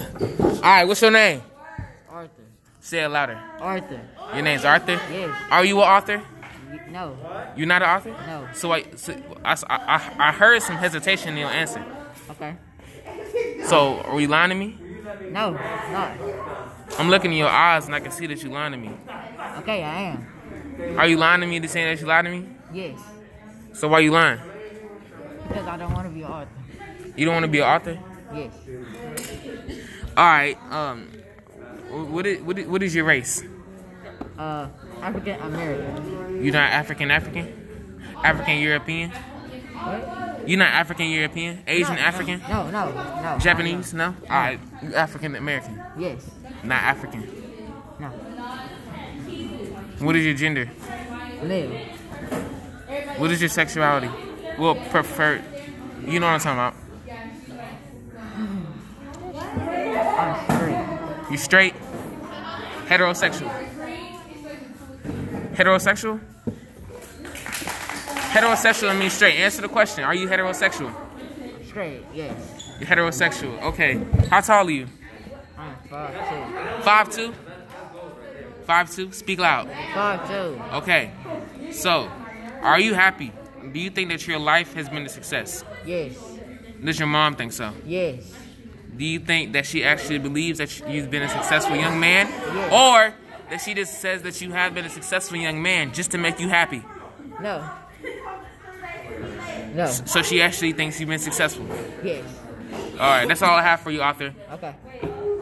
All right, what's your name? Arthur. Say it louder. Arthur. Your name's Arthur? Yes. Are you an author? Y- No. You're not an author? No. So I, so I, I, I heard some hesitation in your answer. Okay. So are you lying to me? No. Not. I'm looking in your eyes and I can see that you lying to me. Okay, I am. Are you lying to me to saying that you lied to me? Yes. So why you lying? Because I don't want to be Arthur. You don't want to be an author? Yes. All right. Um, wh- what is, what is, what is your race? Uh, African American. You're not African African? African European? What? You're not African European? Asian No, African? No, no, no. Japanese? No? All right. You African American, Yes. not African. No. What is your gender? Live. What is your sexuality? Well, preferred. You know what I'm talking I'm straight. about. You straight? Heterosexual? Heterosexual? Heterosexual means straight. Answer the question. Are you heterosexual? Straight. Yes. You're heterosexual. Okay. How tall are you? I'm five two. Five two. Five two. Speak loud. Five two. Okay. So, are you happy? Do you think that your life has been a success? Yes. Does your mom think so? Yes. Do you think that she actually believes that you've been a successful young man, Yes. or that she just says that you have been a successful young man just to make you happy? No. No. So she actually thinks you've been successful. Yes. All right. That's all I have for you, author. Okay.